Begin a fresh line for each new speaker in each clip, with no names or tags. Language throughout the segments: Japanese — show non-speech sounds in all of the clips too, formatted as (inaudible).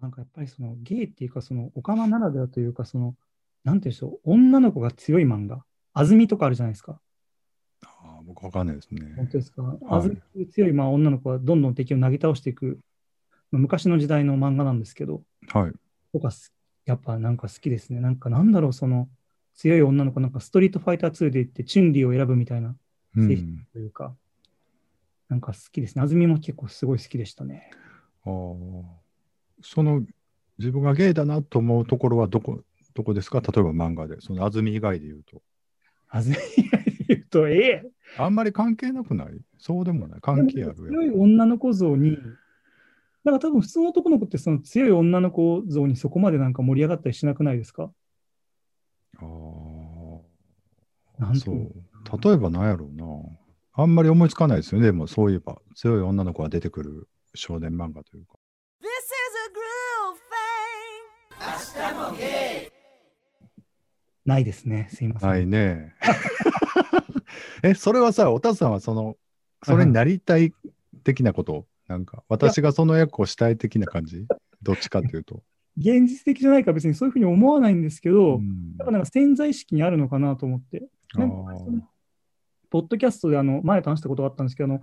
なんかやっぱりそのゲイっていうか、そのオカマならではというか、その、なんていうんでしょう、女の子が強い漫画、安住とかあるじゃないですか。
ああ、僕わかんないです
本
ね。
当ですか。
い
安住という強いまあ女の子はどんどん敵を投げ倒していく、まあ昔の時代の漫画なんですけど、
はい。
とかすやっぱなんか好きですね。なんかなんだろう、その強い女の子、なんかストリートファイター2で行ってチュンリーを選ぶみたいな
う
精神
ん。
というか、なんか好きですね。安住も結構すごい好きでしたね。
あーその自分がゲイだなと思うところはどこどこですか例えば漫画で。その安住以外で言うと。
安住 (laughs) で言うと、ええ
あんまり関係なくないそうでもない。関係ある
強い
やん
女の子像に、なんか多分普通の男の子ってその強い女の子像にそこまでなんか盛り上がったりしなくないですか
あ
な
あ。
んて
そ
いううの。
例えばなんやろうな。あんまり思いつかないですよね。でもそういえば、強い女の子が出てくる少年漫画というか。
This is a groove thing.
ないですね。すいません。
ないね。 (laughs) え、それはさ、おたさんはその、それになりたい的なこと、なんか、私がその役をしたい的な感じどっちかっていうと。
現実的じゃないから別にそういうふうに思わないんですけど、
うん
やっぱなんか潜在意識にあるのかなと思って。なんか
あー
そのポッドキャストであの前と話したことがあったんですけど、あの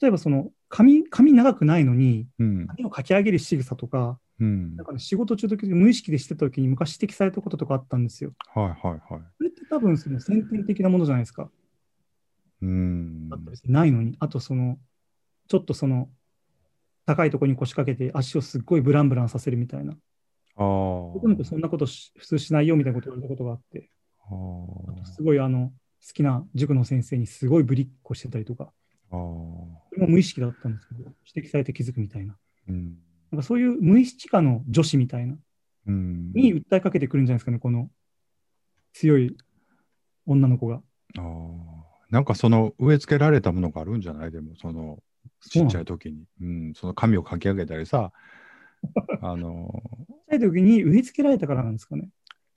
例えばその髪髪長くないのに、
うん。
髪をかき上げる仕草とか、
うん
なん。かね、仕事中と無意識でしてた時に昔指摘されたこととかあったんですよ。
はいはいはい。
それって多分その先天的なものじゃないですか。
うん
だ。って別にないのに、あとその、ちょっとその、高いところに腰掛けて足をすっごいブランブランさせるみたいな。
あー
僕の子そんなことし普通しないよみたいなこと言われたことがあって、
あー。
すごいあの、好きな塾の先生にすごいぶりっこしてたりとか、
あー
それも無意識だったんですけど、指摘されて気づくみたいな。
うん。
なんかそういう無意識下の女子みたいな、
うん。
に訴えかけてくるんじゃないですかね、この強い女の子が。
あーなんかその植え付けられたものがあるんじゃないでもそのちっちゃい時に、うん、その髪をかき上げたりさあの
ちっちゃい時に植え付けられたからなんですかね。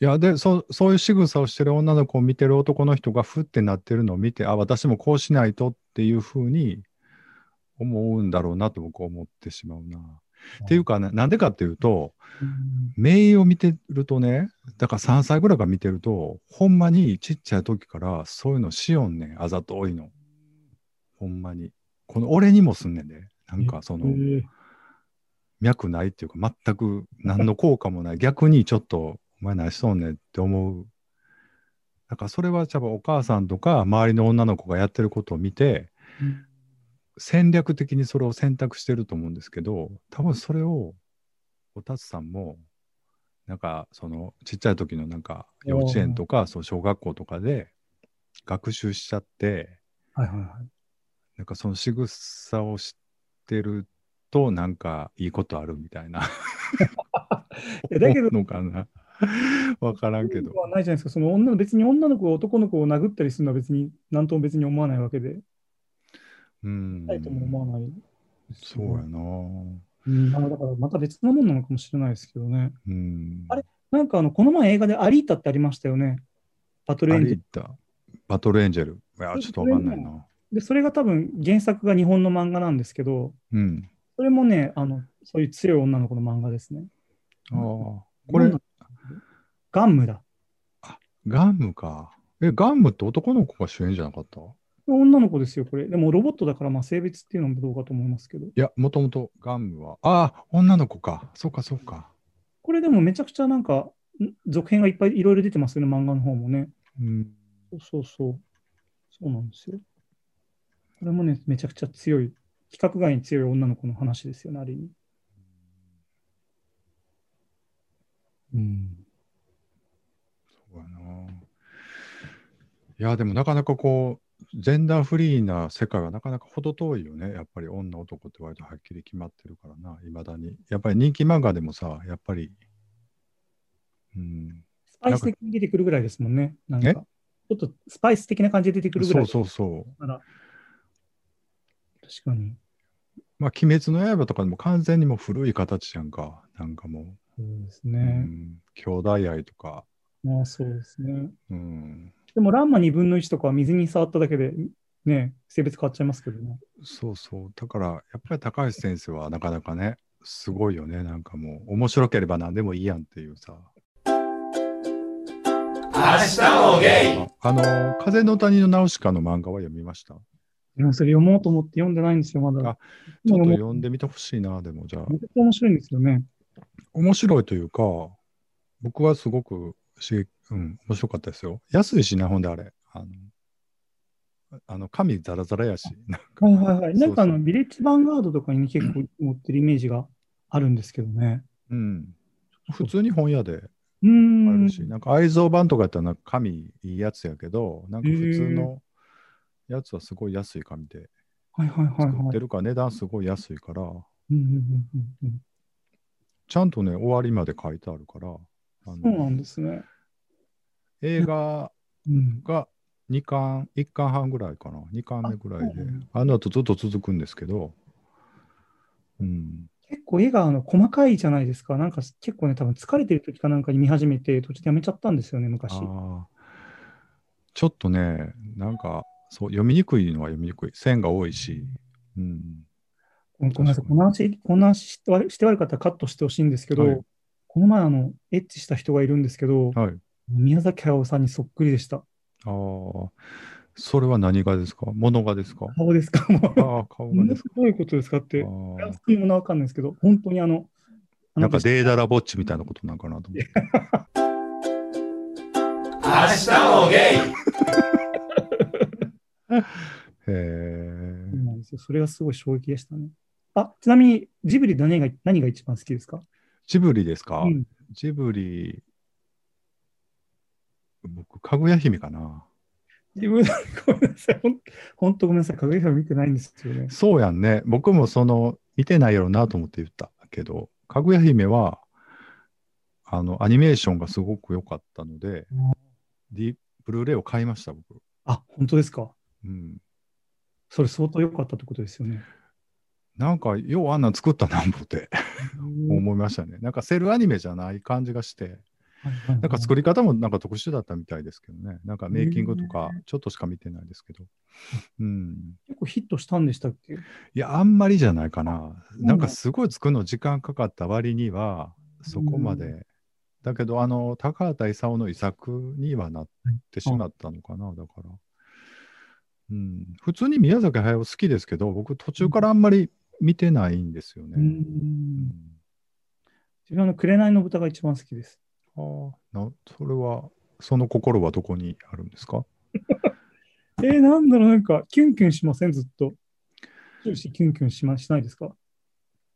いやでそそういう仕草をしてる女の子を見てる男の人がふってなってるのを見てあ私もこうしないとっていうふうに思うんだろうなと僕は思ってしまうな。っていうかねなんでかっていうと名を見てるとねだから3歳ぐらいから見てるとほんまにちっちゃい時からそういうのしよんねんあざといのほんまにこの俺にもすんねんで、なんかその
えー
脈ないっていうか全く何の効果もない逆にちょっとお前何しとんねんって思うだからそれはやっぱお母さんとか周りの女の子がやってることを見て
うん
戦略的にそれを選択してると思うんですけど多分それをおたつさんもなんかそのちっちゃい時のなんか幼稚園とかそう小学校とかで学習しちゃって
はいはいはい。
なんかその仕草を知ってるとなんかいいことあるみたいな
いやだけ
思
ど
うのかな (laughs) わからんけど
はないじゃないですか、その女の別に女の子が男の子を殴ったりするのは別に何とも別に思わないわけで、
うん
ないとも思わない。
そうやな
うん、まあだからまた別のものなのかもしれないですけどね。
うん
あれなんかあのこの前映画でアリータってありましたよね、バトルエ
あ
ン
れ
ジ
行
ン。
ったバトルエンジェルいやちょっとわかんないな
で、それが多分原作が日本の漫画なんですけど、
うん
それもね、あのそういう強い女の子の漫画ですね。
ああ
こ
これ
ガンムだ。
ガンムか。え、ガンムって男の子が主演じゃなかったい
女の子ですよ、これ。でもロボットだから、まあ性別っていうのもどうかと思いますけど。
や、もともとガンムは。ああ、女の子か。そうか、そうか。
これでもめちゃくちゃなんか、ん続編がいっぱいいろいろ出てますよね、漫画の方もね。
うん。
そうそうそう。そうなんですよ。これもね、めちゃくちゃ強い、規格外に強い女の子の話ですよね、ある意味。うん。
そうやな。いや、でもなかなかこう、ジェンダーフリーな世界はなかなか程遠いよね。やっぱり女男って割とはっきり決まってるからな、いまだに。やっぱり人気漫画でもさ、やっぱり、うん、
スパイス的に出てくるぐらいですもんね、なんか。
え
ちょっとスパイス的な感じで出てくるぐら
そ
いう
そうそう。
だから。確かに。
まあ、鬼滅の刃とかでも完全にもう古い形じゃんか。なんかも
そうです
う、う
ね。
ん、兄弟愛とか、
まあそうですね。
うん、
でも、ランマ2分の1とかは水に触っただけで、ね、性別変わっちゃいますけどね。
そうそう。だから、やっぱり高橋先生はなかなかね、すごいよね。なんかもう、面白ければ何でもいいやんっていうさ。
明日もゲイ
あの、風の谷のナウシカの漫画は読みました。
でもそれ読もうと思って読んでないんですよ、ま
あ
だ。
ちょっと
もう
読んでみてほしいな、でもじゃあ。
めちゃくちゃ面白いんですよね。
面白いというか、僕はすごく刺激、うん、面白かったですよ。安いしな、ほんであれ。あの、あの紙ザラザラやし。なんか
はいはいはい。なんかあ
そ
の、
う
ビレッジヴァンガードとかにね結構持ってるイメージがあるんですけどね。
そううん。普通に本屋で
う
あ
ーん
る。し、なんか愛蔵版とかやったらなんか紙いいやつやけど、なんか普通のやつはすごい安い紙で
はいはいはい
作っ
は
て
い。
るから値段すごい安いから、
うんうんうんうんうん
ちゃんとね、終わりまで書いてあるから、あ
そうなん
の
ですね。
映画
うん。
が2巻、1巻半ぐらいかな、2巻目ぐらいで
あそうなんだ、
あの後ずっと続くんですけど、うん、
結構絵があの細かいじゃないですか。なんか結構ね、多分疲れてる時かなんかに見始めて、途中でやめちゃったんですよね、昔。
あーちょっとね、なんかそう読みにくいのは読みにくい、線が多いし、うん、
ごめんなさい、
確
この話、この話して悪して悪かったらカットしてほしいんですけど、
はい
この前あの、エッチした人がいるんですけど、
はい。
宮崎駿さんにそっくりでした。
ああ、それは何がですか物が
(laughs)
ですか
顔ですか、もう。
ああ、顔
も
が
の
です
(laughs)
か
すごいことですかっ
あ
て、
ー
作り物はわかんないですけど、本当にあの、あ
な
の
んかデーダラぼっちみたいなことなんかなと思って。
明日もゲイ
へ
そう
え。
なんですよそれがすごい衝撃でしたね。あ、ちなみに、ジブリで何が何が一番好きですか
ジブリですか、
うん
ジブリ。僕、かぐや姫かな。
自分、 (laughs) ごめんなさい。ほん本当ごめんなさい。かぐや姫見てないんですよね。
そうやんね。僕もその、見てないやろなと思って言ったけど、かぐや姫は、あの、アニメーションがすごく良かったので、
うん
ディブルーレイを買いました、僕。
あ、本当ですか。
うん。
それ相当良かったってことですよね。
なんか、ようあんなん作ったな、思って。思いましたね。なんかセルアニメじゃない感じがして、な
な
んか作り方もなんか特殊だったみたいですけどね。なんかメイキングとかちょっとしか見てないですけど。うん。
結構ヒットしたんでしたっけ
いや、あんまりじゃないかな。
ん
なんかすごい作るの時間かかった割には、そこま
う
で。だけど、あの、高畑勲の遺作にはなってしまったのかな、だから。うん、普通に宮崎駿好きですけど、僕途中からあんまり見てないんですよね。
う。
うんん
自分はあの紅の豚が一番好きです。
ああ、な、それは、その心はどこにあるんですか
えー、なんだろう、なんか、キュンキュンしません、ずっと。終始キュンキュンしましないですか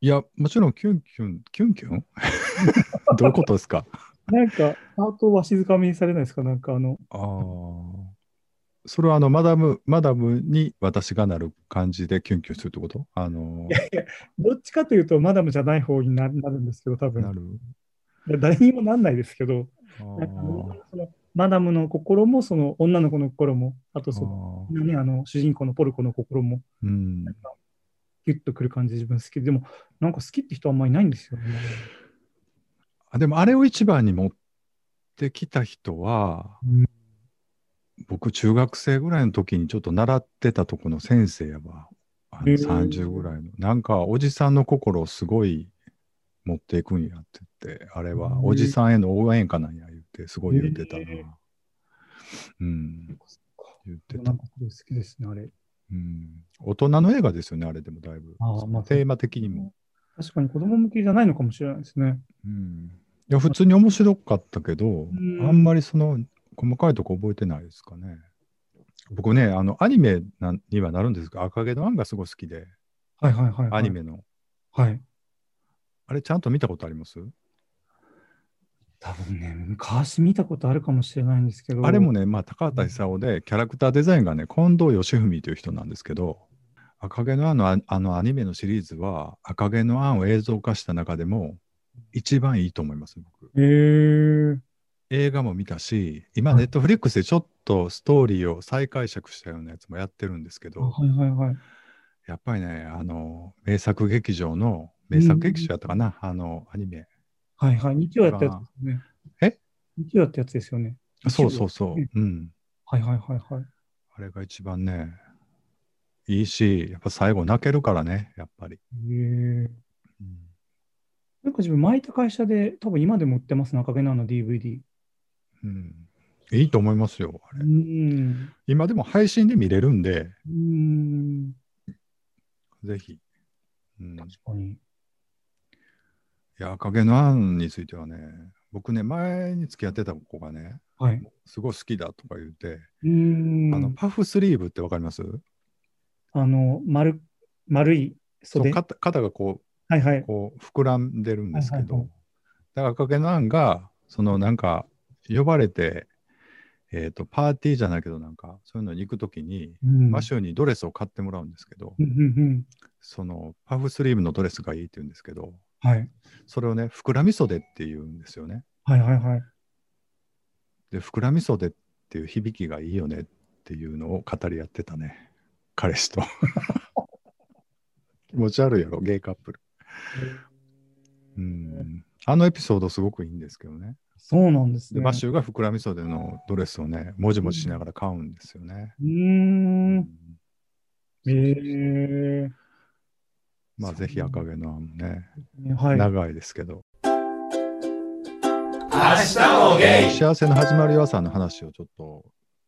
いや、もちろん、キュンキュン、キュンキュン (laughs) どういうことですか
なんか、ハートをわしづかみにされないですかなんか、あの、
ああ。それは、あの、マダム、マダムに私がなる感じでキュンキュンするってことあの、
どっちかというと、マダムじゃない方にななるんですけど、多
な
分。
る。
いや誰にもなんないですけど、
あ
なんかそのマダムの心も、その女の子の心も、あと
あ
その、
ー。
ね、あの主人公のポルコの心も、
うん。
ギュッとくる感じ、自分好きで、でも、なんか好きって人あんまりいないんですよね。
あでも、あれを一番に持ってきた人は、
うん
僕、中学生ぐらいの時にちょっと習ってたとこの先生やわ。あの
へえ
30ぐらいの。なんか、おじさんの心をすごい持っていくんやって言って、あれ
へえ
は、おじさんへの応援歌なんや言って、すごい言ってたな
へえ。
うん、言って
な
た
ん。かすごい好きですね、あれ。
うん、大人の映画ですよね、あれでもだいぶ。
あーまあ
テーマ的にも。
確かに子供向けじゃないのかもしれないですね。
うん、いや普通に面白かったけど、
ん
あんまりその細かいとこ覚えてないですかね。僕ね、あのアニメなんにはなるんですが、赤毛のアンがすごい好きで、
はいはいはい、はい。
アニ。メの。
はい。
あれ、ちゃんと見たことあります
多分ね、昔見たことあるかもしれないんですけど。
あれもね、まあ、高畑勲で、キャラクターデザインがね、近藤義文という人なんですけど、赤毛のアンのああのアニメのシリーズは、赤毛のアンを映像化した中でも、一番いいと思います、僕。
へえー。
映画も見たし、今、
はい
ネットフリックスでちょっとストーリーを再解釈したようなやつもやってるんですけ
あ
ど、
はいはいはい。
やっぱりね、あの、名作劇場の、名作劇場やったかな、あの、アニメ。
はいはい。日曜やったやつですよね。
え
日曜やったやつですよね。
そうそうそう
うん、
うん。
はいはいはいはい。
あれが一番ね、いいし、やっぱ最後泣けるからね、やっぱり。
へえ
うん
なんか自分巻いた会社で多分今でも売ってます中毛なの DVD。
うん。いいと思いますよ、あ
う
れ。
ん。
今でも配信で見れるんで、
うん。
ぜひ。うん、い
確かに。
や、影の案についてはね、僕ね、前に付き合ってた子がね、
はい。
すごい好きだとか言って、
うん。
あのパフスリーブってわかります
あの、丸、丸い
そう
袖。は
肩肩がこ
いは
う
い。
こう膨らんでるんですけど、
はいはい
だから影の案がそのなんか呼ばれて、えー、とパーティーじゃないけどなんかそういうのに行くときに、
うん。
マシューにドレスを買ってもらうんですけど、
うんうん
そのパフスリーブのドレスがいいって言うんですけど
うん。はい。
それをね膨らみ袖って言うんですよね。
はいはいはい。
で膨らみ袖っていう響きがいいよねっていうのを語り合ってたね彼氏と (laughs) 気持ち悪いやろゲイカップルうんあのエピソードすごくいいんですけどね
そうなんです
で
ね。
マシューが膨らみ袖のドレスをねもじもじしながら買うんですよね、
うーん。え
そうそうそう
え
まあぜひ赤毛のアンもね、
はい。
長いですけど
明日もゲイ
幸せの始まりはさんの話をちょっと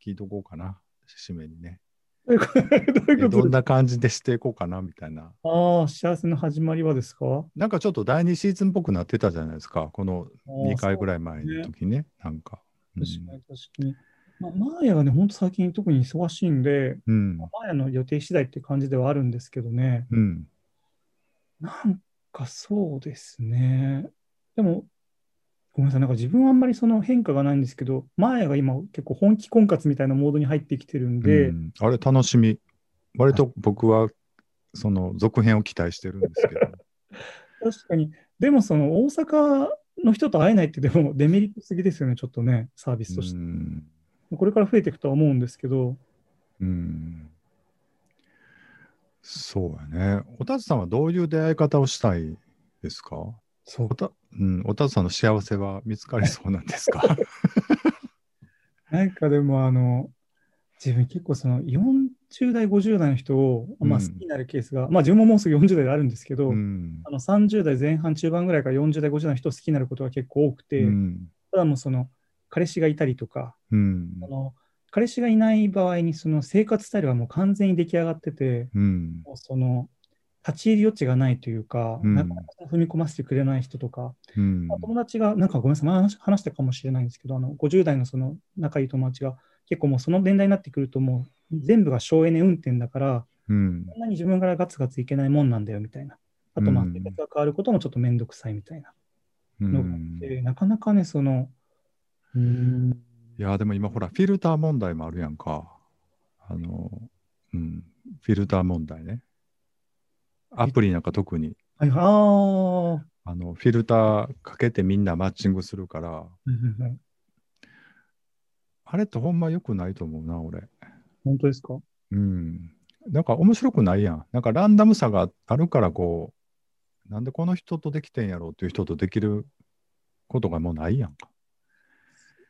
聞いとこうかな締めにね
どういうこと
えどんな感じでしていこうかなみたいな
ああ、幸せの始まりはですか
なんかちょっと第2シーズンっぽくなってたじゃないですか、この2回ぐ
ら
ら
い。
い前の時ね、なんか。う
確か
ん
に確かに。まあ、マーヤがね、本当最近特に忙しいんで、
うん
マーヤの予定次第って感じではあるんですけどね。
うん
なんかそうですね。でも、ごめんなさい、なんか自分はあんまりその変化がないんですけど、マーヤが今結構本気婚活みたいなモードに入ってきてるんで、
うんあれ、楽しみ。割と僕は、その続編を期待してるんですけ
(laughs)
ど。
確かに。でもその大阪の人と会えないってでもデメリットすぎですよね、ちょっとね、サービスとして
う。ん
これから増えていくとは思うんですけど、
うんそうやね。おたつさんはどういう出会い方をしたいですか
そう
おた,、うん、おたつさんの幸せは見つかりそうなんです
(laughs)
か
なんかでもあの、自分結構その40代、50代の人を、まあ、
うん
好きになるケースが、まあ自分ももうすぐ40代であるんですけど、
うん
あの30代前半、中盤ぐらいから40代、50代の人を好きになることが結構多くて、
うん
ただもうその彼氏がいたりとか、
うん
あの彼氏がいない場合にその生活スタイルがもう完全に出来上がってて、
うん
もうその立ち入り余地がないというか、
うん
なかなか踏み込ませてくれない人とか、
うん
まあ友達が、なんかごめんなさい、前話話したかもしれないんですけど、あの50代のその仲いい友達が、結構もうその年代になってくると、もう全部が省エネ運転だから、
うん
そんなに自分からガツガツいけないもんなんだよみたいな。あと、まあ
うん
生活が変わることもちょっと面倒くさいみたいな
う
のがあ
ん
って、なかなかね、その、うーん、
いやーでも今ほらフィルター問題もあるやんか。あの、うん、フィルター問題ね。アプリなんか特に
はいはい、ああ、は
あのフィルターかけてみんなマッチングするから、
いはいはい
あれってほんま良くないと思うな、俺。
本当ですか
うん。なんか面白くないやん。なんかランダムさがあるからこう、なんでこの人とできてんやろうっていう人とできることがもうないやんか。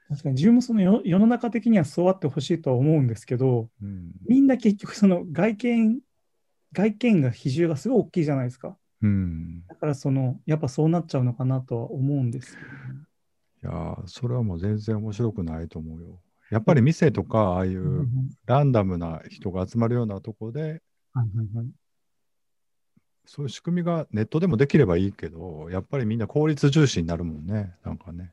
確かに自分もその世世の中的にはそうあってほしいとは思うんですけど、
うん。
みんな結局その外見、外見が比重がすごい大きいじゃないですか。
うん。
だからその、やっぱそうなっちゃうのかなとは思うんですけどね、
いやーそれはもう全然面白くないと思うよ。やっぱり店とか、ああいう、
うんうん
ランダムな人が集まるようなとこで、
はいはいはい
そういう仕組みがネットでもできればいいけど、やっぱりみんな効率重視になるもんね、なんかね。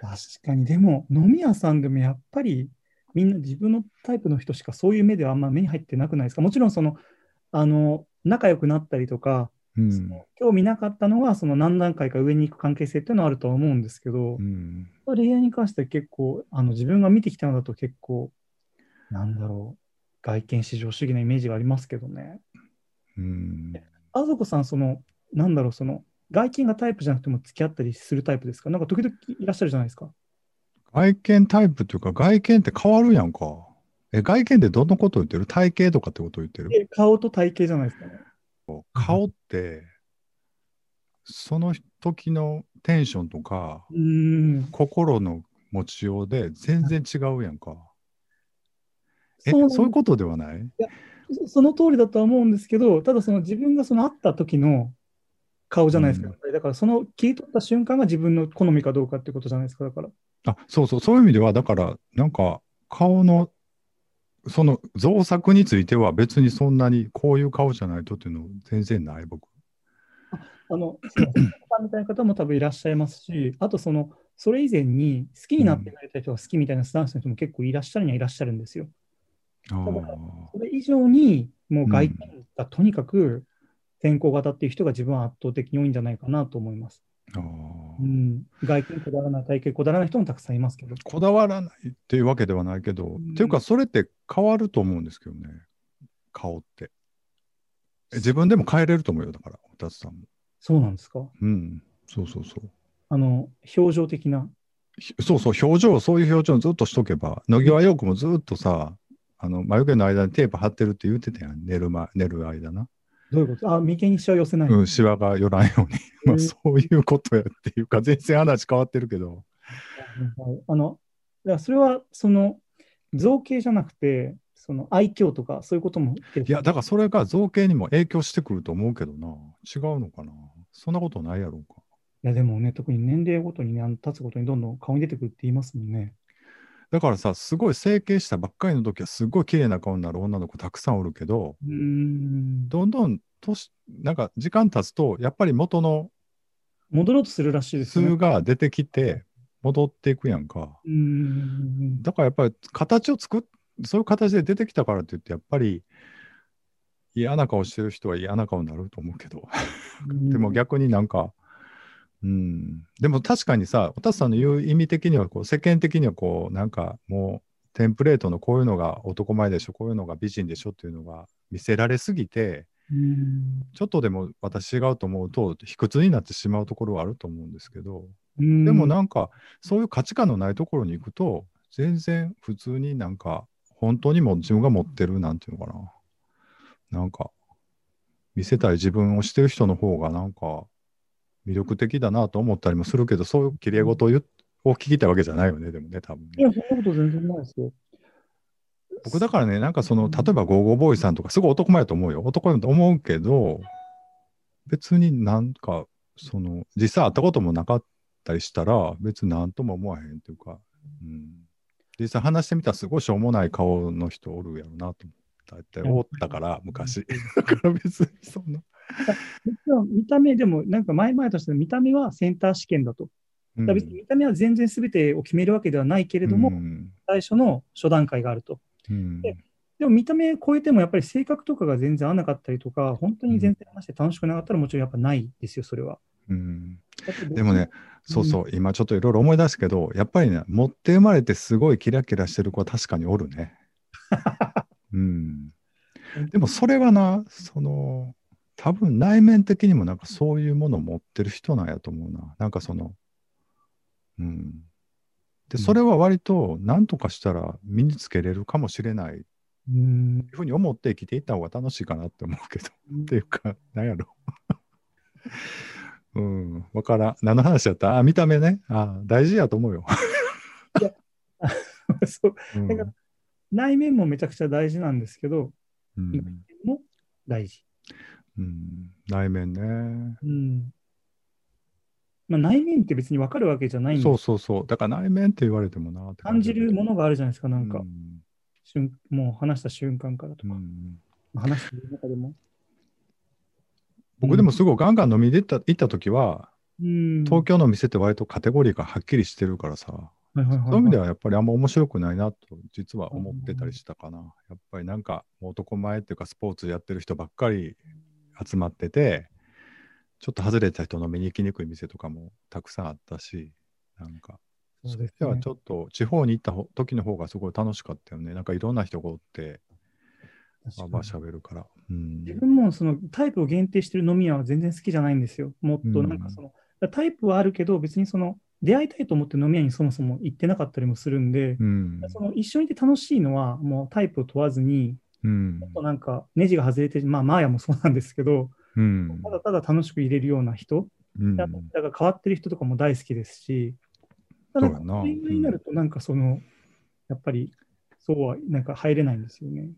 確かに、でも飲み屋さんでもやっぱりみんな自分のタイプの人しかそういう目ではあんま目に入ってなくないですかもちろんその、あの、仲良くなったりとか、
う
そ
ん。
の興味なかったのがその何段階か上に行く関係性っていうのはあるとは思うんですけど
う、ん、
恋愛に関しては結構あの自分が見てきたのだと結構なんだろう外見至上主義なイメージがありますけどね
うん。
あずこさんそのなんだろうその外見がタイプじゃなくても付き合ったりするタイプですかなんか時々いらっしゃるじゃないですか
外見タイプというか、外見って変わるやんか。え、外見ってどんなこと言ってる体型とかってこと言ってる
で顔と体型じゃないですかね
顔って、その時のテンションとか、
うーん
心の持ちようで全然違うやんか。え、
そう
そういうことではない
その通りだとは思うんですけどただその自分がその会った時の顔じゃないですか。
うん
やっぱりだからその切り取った瞬間が自分の好みかどうかってことじゃないですか。だから。
あ、そうそう、そういう意味では、だから、なんか、顔の、その造作については別にそんなにこういう顔じゃないとっていうの全然ない、僕。
あの、そう作家さんみたいな方も多分いらっしゃいますし、あとその、それ以前に好きになってくれた人が好きみたいなスタンスの人も結構いらっしゃるにはいらっしゃるんですよ。
あ
だか
あ。
それ以上に、もう外見がとにかく天候型っていう人が自分は圧倒的に多いんじゃないかなと思います。
ああ
うん、外見こだわらない、体型こだわらない人もたくさんいますけど。
こだわらないっていうわけではないけど、
ん
っていうか、それって変わると思うんですけどね、顔って。え自分でも変えれると思うよ、だから、おたつさんも。
そうなんですか
うん、そうそうそう。
あの、表情的な。
ひそうそう、表情、そういう表情をずっとしとけば、野際陽子もずっとさ、あの眉毛の間にテープ貼ってるって言ってたやん、寝る,、ま、寝る間な。
どういうことあ、眉間にしわ寄せない。
うん、シワが寄らんように。まあ、
うん
そういうことやっていうか、全然話変わってるけど。
はいあの、だからそれは、その、造形じゃなくて、その愛嬌とか、そういうことも。
いや、だからそれが造形にも影響してくると思うけどな。違うのかな。そんなことないやろうか。
いやでもね、特に年齢ごとにね、あの立つごとにどんどん顔に出てくるって言いますもんね。
だからさ、すごい整形したばっかりの時は、すごい綺麗な顔になる女の子たくさんおるけど、
うーん。
どんどん年、なんか時間経つと、やっぱり元の
戻ろうとするらしいです
数
ね。
が出てきて、戻っていくやんか。
うーん。
だからやっぱり形を作っ、そういう形で出てきたからって言って、やっぱり嫌な顔してる人は嫌な顔になると思うけど、でも逆になんか、うん、でも確かにさ、おたつさんの言う意味的にはこう、世間的にはこう、なんかもう、テンプレートのこういうのが男前でしょ、こういうのが美人でしょっていうのが見せられすぎて、
うーん。
ちょっとでも私違うと思うと、卑屈になってしまうところはあると思うんですけど、
うーん
でもなんか、そういう価値観のないところに行くと、全然普通になんか、本当にもう自分が持ってる、なんていうのかな。なんか、見せたい自分をしてる人の方がなんか、魅力的だなと思ったりもするけど、そういう綺麗事を言うを聞きたいわけじゃないよね、でもね、多分
い
ね。
や、そんなこと全然ないですよ。
僕だからね、なんかその、例えばゴーゴーボーイさんとか、すごい男前だと思うよ。男前だと思うけど、別になんか、その、実際会ったこともなかったりしたら、別になんとも思わへんというか、うん。実際話してみたら、すごいしょうもない顔の人おるやろなと思った。大体おったから、昔。 (laughs) だから別にそんな。
実は見た目でも、なんか前々としての見た目はセンター試験だと。
うん
だから別に見た目は全然全てを決めるわけではないけれど
う
も、
ん
最初の初段階があると。
うん
ででも見た目超えてもやっぱり性格とかが全然合わなかったりとか、本当に全然話して楽しくなかったらもちろんやっぱないですよ、それは。
うん
だって僕
でもね、そうそう、今ちょっといろいろ思い出すけど、やっぱりね、持って生まれてすごいキラキラしてる子は確かにおる (laughs) ね。うん。でもそれはな、その、多分内面的にもなんかそういうものを持ってる人なんやと思うな。なんかその、うん。で、それは割と何とかしたら身につけれるかもしれないって
うん
いうふうに思って生きていった方が楽しいかなって思うけど。っていうか、なんやろ。 (laughs) うん、わからん。何の話やったあ、見た目ね。あ、大事やと思
(laughs)
うよ。
(laughs) そう
うん
なんか内面もめちゃくちゃ大事なんですけど、
うん
も大事。
うん、内面ね。
うんまあ、内面って別に分かるわけじゃないん
そ
で
うそうそう。だから内面って言われてもなって
感じるものがあるじゃないですか、なんか
う、ん
瞬もう話した瞬間からと
う
か、
ん
話してる中でも。
僕でもすごいガンガン飲みに行った行った時は、
うん、
東京の店って割とカテゴリーがはっきりしてるからさ、
はいはいはいはい、
そういう意味ではやっぱりあんま面白くないなと実は思ってたりしたかな。やっぱりなんかもう男前っていうかスポーツやってる人ばっかり集まってて、ちょっと外れた人の見に行きにくい店とかもたくさんあったし、なんか、
そう
そ
で
れ
すね
ではちょっと地方に行ったほ時の方がすごい楽しかったよね。なんかいろんな人がおって、
確か
ば
に
ば喋るから。うん。
自分もそのタイプを限定してる飲み屋は全然好きじゃないんですよ。もっとなんかその、だからタイプはあるけど、別にその出会いたいと思って飲み屋にそもそも行ってなかったりもするんで、
うん。
その一緒にいて楽しいのは、もうタイプを問わずに、
うん
ちょっとなんかネジが外れて、まあ、マーヤもそうなんですけど、
うん
ただただ楽しく入れるような人、
うん
だから変わってる人とかも大好きですし、ただ、
そうやな
そういうのになると、なんかその、やっぱり、そうは、なんか入れないんですよね。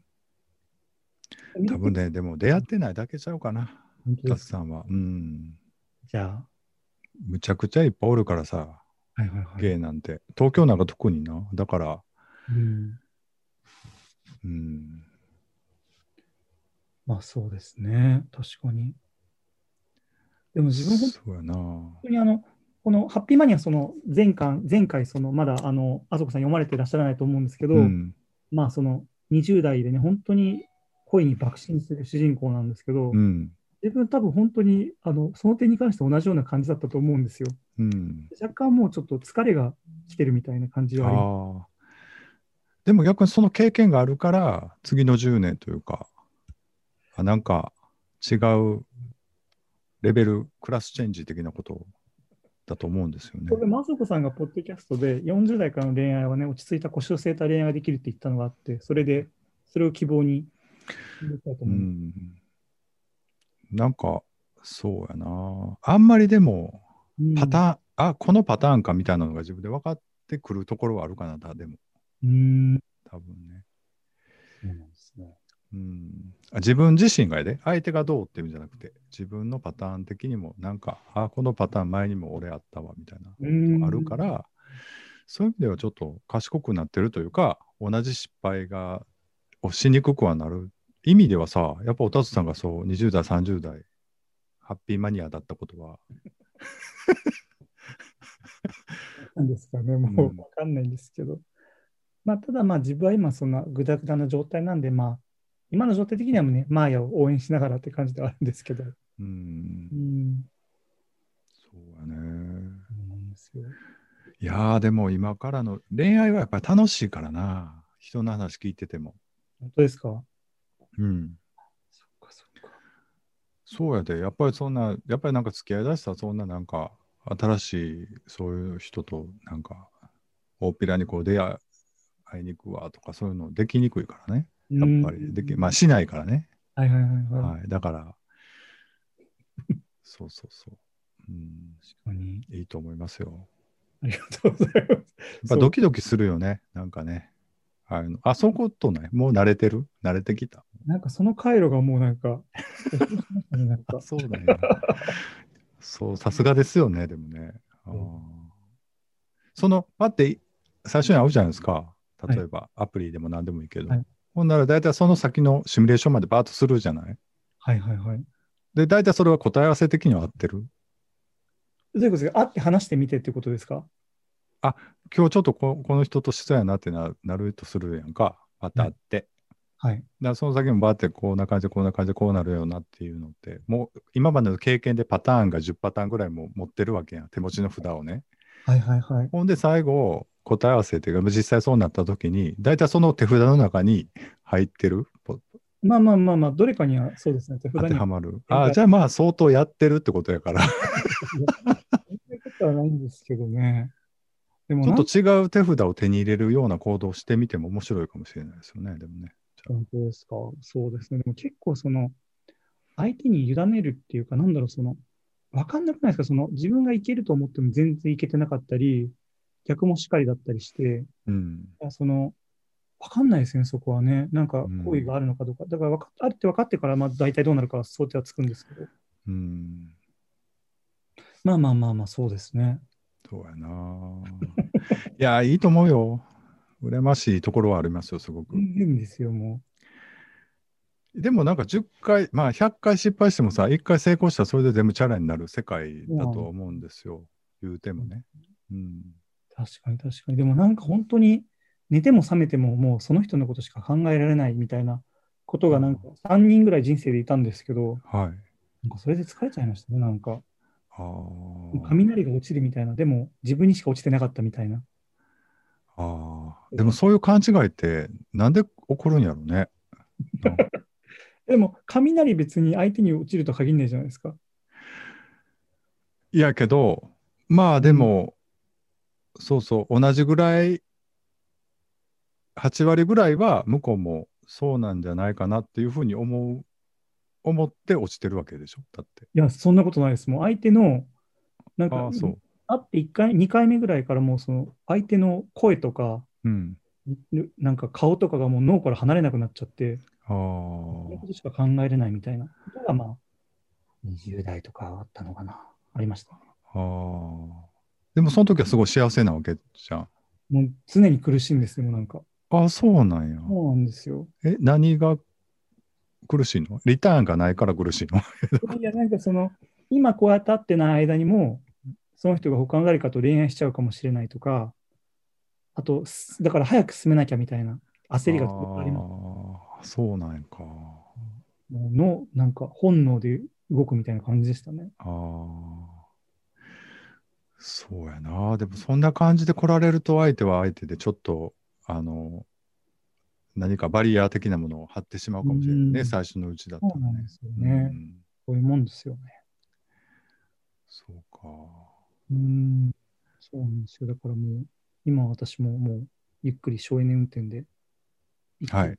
多分ね、でも出会ってないだけちゃうかな、
本当
カ
で
ズ
す
さんは。うん。
じゃ
むちゃくちゃいっぱいおるからさ、
あ。はいはいはい。
ゲイなんて。東京なんか特にな。だから、
うん、
うん。
まあそうですね。確かに。でも自分本
そうやな。
当にあの、このハッピーマニア、その前回、前回、そのまだあの、あそこさん読まれてらっしゃらないと思うんですけど、
うん。
まあその20代でね、本当に恋に爆心する主人公なんですけど、
うん。
自分多分本当にあのその点に関して同じような感じだったと思うんですよ。
うん。
若干もうちょっと疲れが来てるみたいな感じがあります。
ああ。でも逆にその経験があるから、次の10年というか、あなんか違うレベル、クラスチェンジ的なことだと思うんですよね
こ。れ、マサコさんがポッドキャストで40代からの恋愛はね、落ち着いた腰を据えた恋愛ができるって言ったのがあって、それで、それを希望に入れたと
う
思う。
ん。なんか、そうやな。あんまりでも、
うん
パターン、あ、このパターンかみたいなのが自分で分かってくるところはあるかな、だでも、
うん。
多分ね。
そうなんですね。
うん、あ自分自身がやで、相手がどうっていうんじゃなくて、自分のパターン的にも、なんか、あ、このパターン前にも俺あったわ、みたいな
うん
あるから、そういう意味ではちょっと賢くなってるというか、同じ失敗が、をしにくくはなる。意味ではさ、やっぱおたつさんがそう、20代、30代、ハッピーマニアだったことは、
なんですかね、も
う
うんわかんないんですけど。まあ、ただ、まあ、自分は今、そんなぐだぐだな状態なんで、まあ、今の状態的にはね、マーヤを応援しながらって感じではあるんですけど。
うん
う、ん。
そうやね。
そうなんですよ。
いやー、でも今からの恋愛はやっぱり楽しいからな。人の話聞いてても。
本当ですか
うん。
そっかそっか。
そうやで、やっぱりそんな、やっぱりなんか付き合いだしたら、そんななんか、新しい、そういう人と、なんか、大っぴらにこう出会いに行くわとか、そういうのできにくいからね。やっぱり、でき、まあ、しないからね。
あ、はいはいはいはい。
はい。だから、 (laughs) そうそうそう。うん、
確かに。
いいと思いますよ。
ありがとうございます。
やっぱドキドキするよね、なんかね。ああいうのあ、そういうことね、もう慣れてる慣れてきた。
なんかその回路がもうなん
(laughs)
か、なんか
あそうだね。そう、さすがですよね、でもね。あー
う
その、待って、最初に会うじゃないですか。例えば、アプリでも何でもいいけど。
はい
ほんなら、大体その先のシミュレーションまでバーッとするじゃない
はいはいはい。
で、大体それは答え合わせ的には合ってる。
どういうことですか会って話してみてってことですか
今日ちょっとここの人としそうやなってななるとするやんか。また会って。
はい。
だからその先もバーってこんな感じでこんな感じでこうなるよなっていうのって、もう今までの経験でパターンが10パターンぐらいもう持ってるわけやん。手持ちの札をね。
はいはいはい。
ほんで最後、答え合わせというか、実際そうなった時に、大体その手札の中に入ってる、ぽ
まあまあまあまあ、どれかにはそうですね。手札
当て
に
は
は
まる。ああ、じゃあまあ相当やってるってことや
(laughs)
から、ち
そういうことはないんですけどね。でも
ょ
なん
っ
か
と違う手札を手に入れるような行動をしてみても面白いかもしれないですよね、でもね。
本当ですか。そうですね。でも結構その、相手に委ねるっていうか、なんだろう、その、わかんなくないですかその、自分がいけると思っても全然いけてなかったり、逆もしかりだったりして、
うん。
いやその、わかんないですね、そこはね。なんか
うん、
行為があるのかどうか。だからわか、あるって分かってから、まあ、大体どうなるかは想定はつくんですけど。
うん。
まあまあまあまあ、そうですね。
そうやなあい
(laughs)
や、いいと思うよ。羨ましいところはありますよ、すごく。
いいんですよ、も
でもなんか10回、まあ100回失敗してもさ、1回成功したらそれで全部チャラになる世界だと思うんですよ。言うてもね。うん。
う。確かに確かに。でもなんか本当に、寝ても覚めても、もうその人のことしか考えられないみたいなことが、なんか3人ぐらい人生でいたんですけど、
はい。
なんかそれで疲れちゃいましたね、なんか。
あー
雷が落ちるみたいな、でも自分にしか落ちてなかったみたいな。
あー。でもそういう勘違いって、なんで起こるんやろう
(laughs)
ね。なんか
でも、雷別に相手に落ちると限らないじゃないですか。
いやけど、まあでも、そうそう、同じぐらい、8割ぐらいは向こうもそうなんじゃないかなっていうふうに思う、思って落ちてるわけでしょ。だって。
いや、そんなことないです。もう相手の、なん
あ
か
あ、、そう。
会って1回、2回目ぐらいからもうその相手の声とか、
うん。
ぬなんか顔とかがもう脳から離れなくなっちゃって、
あ
そのこ
ー
としか考えれないみたいなことがまあ、20代とかあったのかな。ありました。
ああ。でもその時はすごい幸せなわけじゃん。
もう常に苦しいんですよ、もうなんか。
ああ、そうなんや。
そうなんです (laughs) よ。
え、何が苦しいのリターンがないから苦しいの
いや、なんかその、今こうやって会ってない間にも、その人が他の誰かと恋愛しちゃうかもしれないとか、あと、すだから早く進めなきゃみたいな (laughs) 焦りがすごくあります。
ああ、そうなんやか。
もうの、なんか本能で動くみたいな感じでしたね。
ああ。そうやな。でもそんな感じで来られると相手は相手でちょっと、あの、何かバリア的なものを張ってしまうかもしれないね、
うん
最初のうちだった
そう
ら
なん
ね
で。すよね。
うん
こういうもんですよね。
そうか。
うん。そうなんですよ。だからもう、今私ももう、ゆっくり省エネ運転で。
はい。。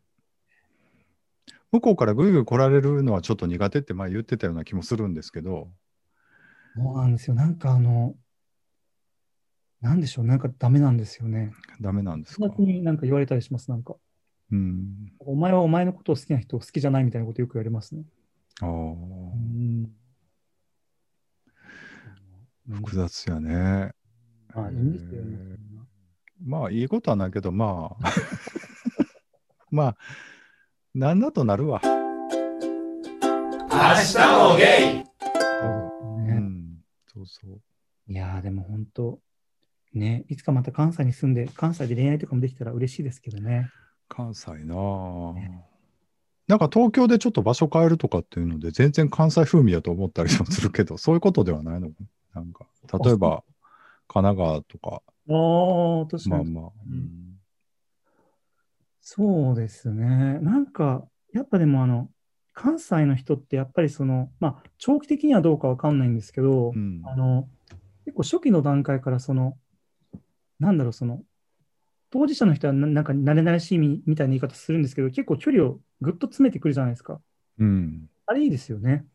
向こうからぐいぐい来られるのはちょっと苦手って前言ってたような気もするんですけど、
そうなんですよ。なんかあの、なんでしょう。なんかダメなんですよね。
ダメなんですか
友。達になんか言われたりします。なんか、
うん。
お前はお前のことを好きな人を好きじゃないみたいなことよく言われますね。
ああ、
うん。
複雑やね。
まあ、いいんですよね。
まあ、いいことはないけど、まあ。 (laughs) まあ、なんだとなるわ。
明日もゲイ
う
ね
ん。そうそう。
いやー、でも本当、ね、いつかまた関西に住んで、関西で恋愛とかもできたら嬉しいですけどね。
関西なあなんか東京でちょっと場所変えるとかっていうので、全然関西風味だと思ったりもするけ
(laughs)
ど、そういうことではないのなんか、例えば、神奈川とか、
ああ、確
ま
か
あ
に。
まあ。うん
そうですね。なんか、やっぱでもあの、関西の人ってやっぱりその、まあ、長期的にはどうかわかんないんですけど、
うん
あの、結構初期の段階からその、なんだろう、その、当事者の人はななんか慣れ慣れしいみみたいな言い方するんですけど、結構距離をぐっと詰めてくるじゃないですか。
うん。
あれいいですよね。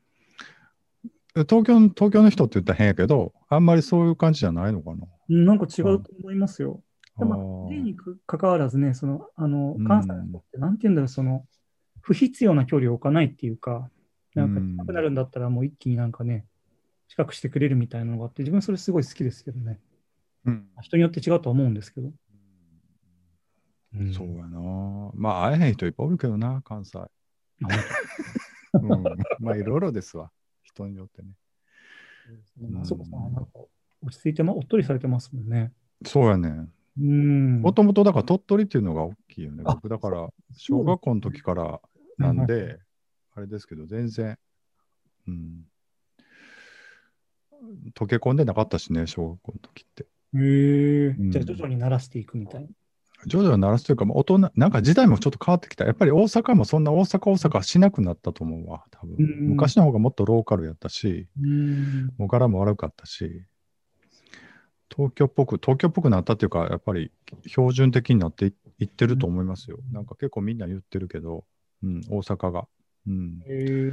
東京の、東京の人って言ったら変やけど、あんまりそういう感じじゃないのかな。
うんなんか違うと思いますよ。で
あ
も、
ー
例にかかわらずね、その、あの
うん、
関西の人って、なんて言うんだろう、その、不必要な距離を置かないっていうか、なんか
うん
近くなるんだったら、もう一気になんかね、近くしてくれるみたいなのがあって、自分それすごい好きですけどね。
うん
人によって違うとは思うんですけど。
そうやな。まあ、会えへん人いっぱいおるけどな、関西。
あ
(laughs) うん、まあ、いろいろですわ。人によってね。
うんあそこさん、なんか落ち着いてま、おっとりされてますもんね。
そうやねん。
うん。
もともと、だから鳥取っていうのが大きいよね。
あ
僕、だから、小学校の時からなんで、あれですけど、全然、うん。溶け込んでなかったしね、小学校の時って。
へえ
う。ん
じゃあ徐々に慣らしていくみたいな。
徐々に鳴らすというか、まあ、大人、なんか時代もちょっと変わってきた。やっぱり大阪もそんな大阪、大阪しなくなったと思うわ、多分。
うん
昔の方がもっとローカルやったし、
うん。
もう柄も悪かったし、東京っぽく、東京っぽくなったっていうか、やっぱり標準的になっていいってると思いますよ。なんか結構みんな言ってるけど、うん、大阪が。うん、
へえ。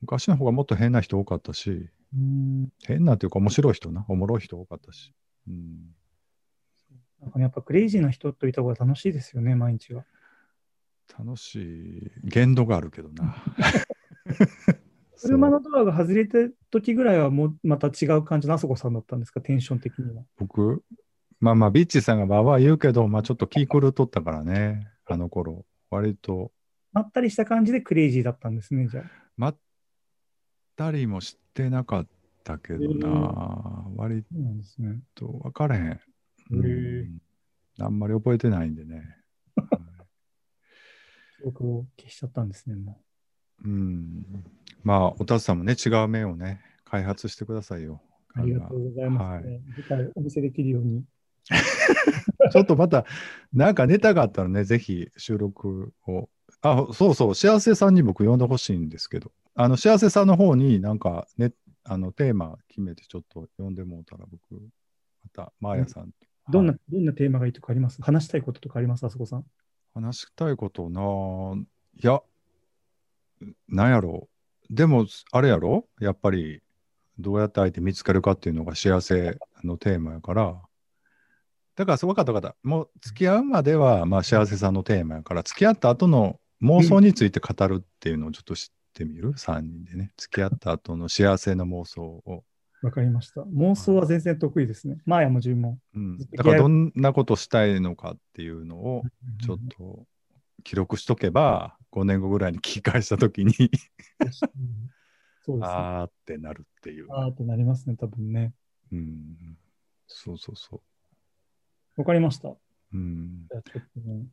昔の方がもっと変な人多かったし、
うん。
変なっていうか面白い人な、おもろい人多かったし。うん、
なんかねやっぱクレイジーな人といた方が楽しいですよね、毎日が。
楽しい限度があるけどな。 (laughs)
車
そう
のドアが外れた時ぐらいはもうまた違う感じのあそこさんだったんですか、テンション的には。
僕、まあまあ、ビッチさんがばあばあ言うけど、まあちょっと気狂っとったからね、あの頃。割と
まったりした感じでクレイジーだったんですね、じゃあ。
まったりもしてなかったけどな、割
そうなんですね。
と分からへん。うん
へ
あんまり覚えてないんでね。はい
記憶を消しちゃったんですね、も
うん、まあ、おたつさんもね、違う面をね、開発してくださいよ。
う。ありがとうございます、
は
ね。次回お見せできるように。
(laughs) ちょっとまた、なんかネタがあったらね、ぜひ収録を。あ、そうそう、幸せさんに僕呼んでほしいんですけど、あの、幸せさんの方になんかね、あの、テーマ決めてちょっと呼んでもうたら僕、また、マーヤさんと。
どんな、
はい
どんなテーマがいいとかあります話したいこととかありますあそこさん。
話したいことなぁいや、なんやろう。でも、あれやろやっぱり、どうやって相手見つけるかっていうのが幸せのテーマやから。だから、そう分かった分かった。もう、付き合うまでは、まあ、幸せさんのテーマやから、付き合った後の妄想について語るっていうのをちょっと知ってみる、?3 人でね。付き合った後の幸せの妄想を。
わかりました。妄想は全然得意ですね。マーヤも尋問。
うん
ずっと
だからどんなことしたいのかっていうのをちょっと記録しとけば、5年後ぐらいに聞き返したときに、
うんそうですね。あ
あーってなるっていう。
ーってなりますね、多分ね。
うん、そうそうそ
わかりました。じ
う。うん、
ゃあちょっとね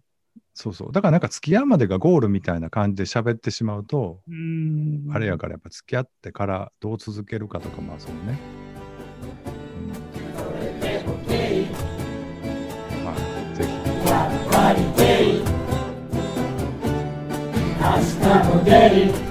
そうそう。だからなんか付き合うまでがゴールみたいな感じで喋ってしまうと、
うーん。
あれやからやっぱ付き合ってからどう続けるかとかまあそうね。うんはい、ぜひ。
Hasta Spaghetti.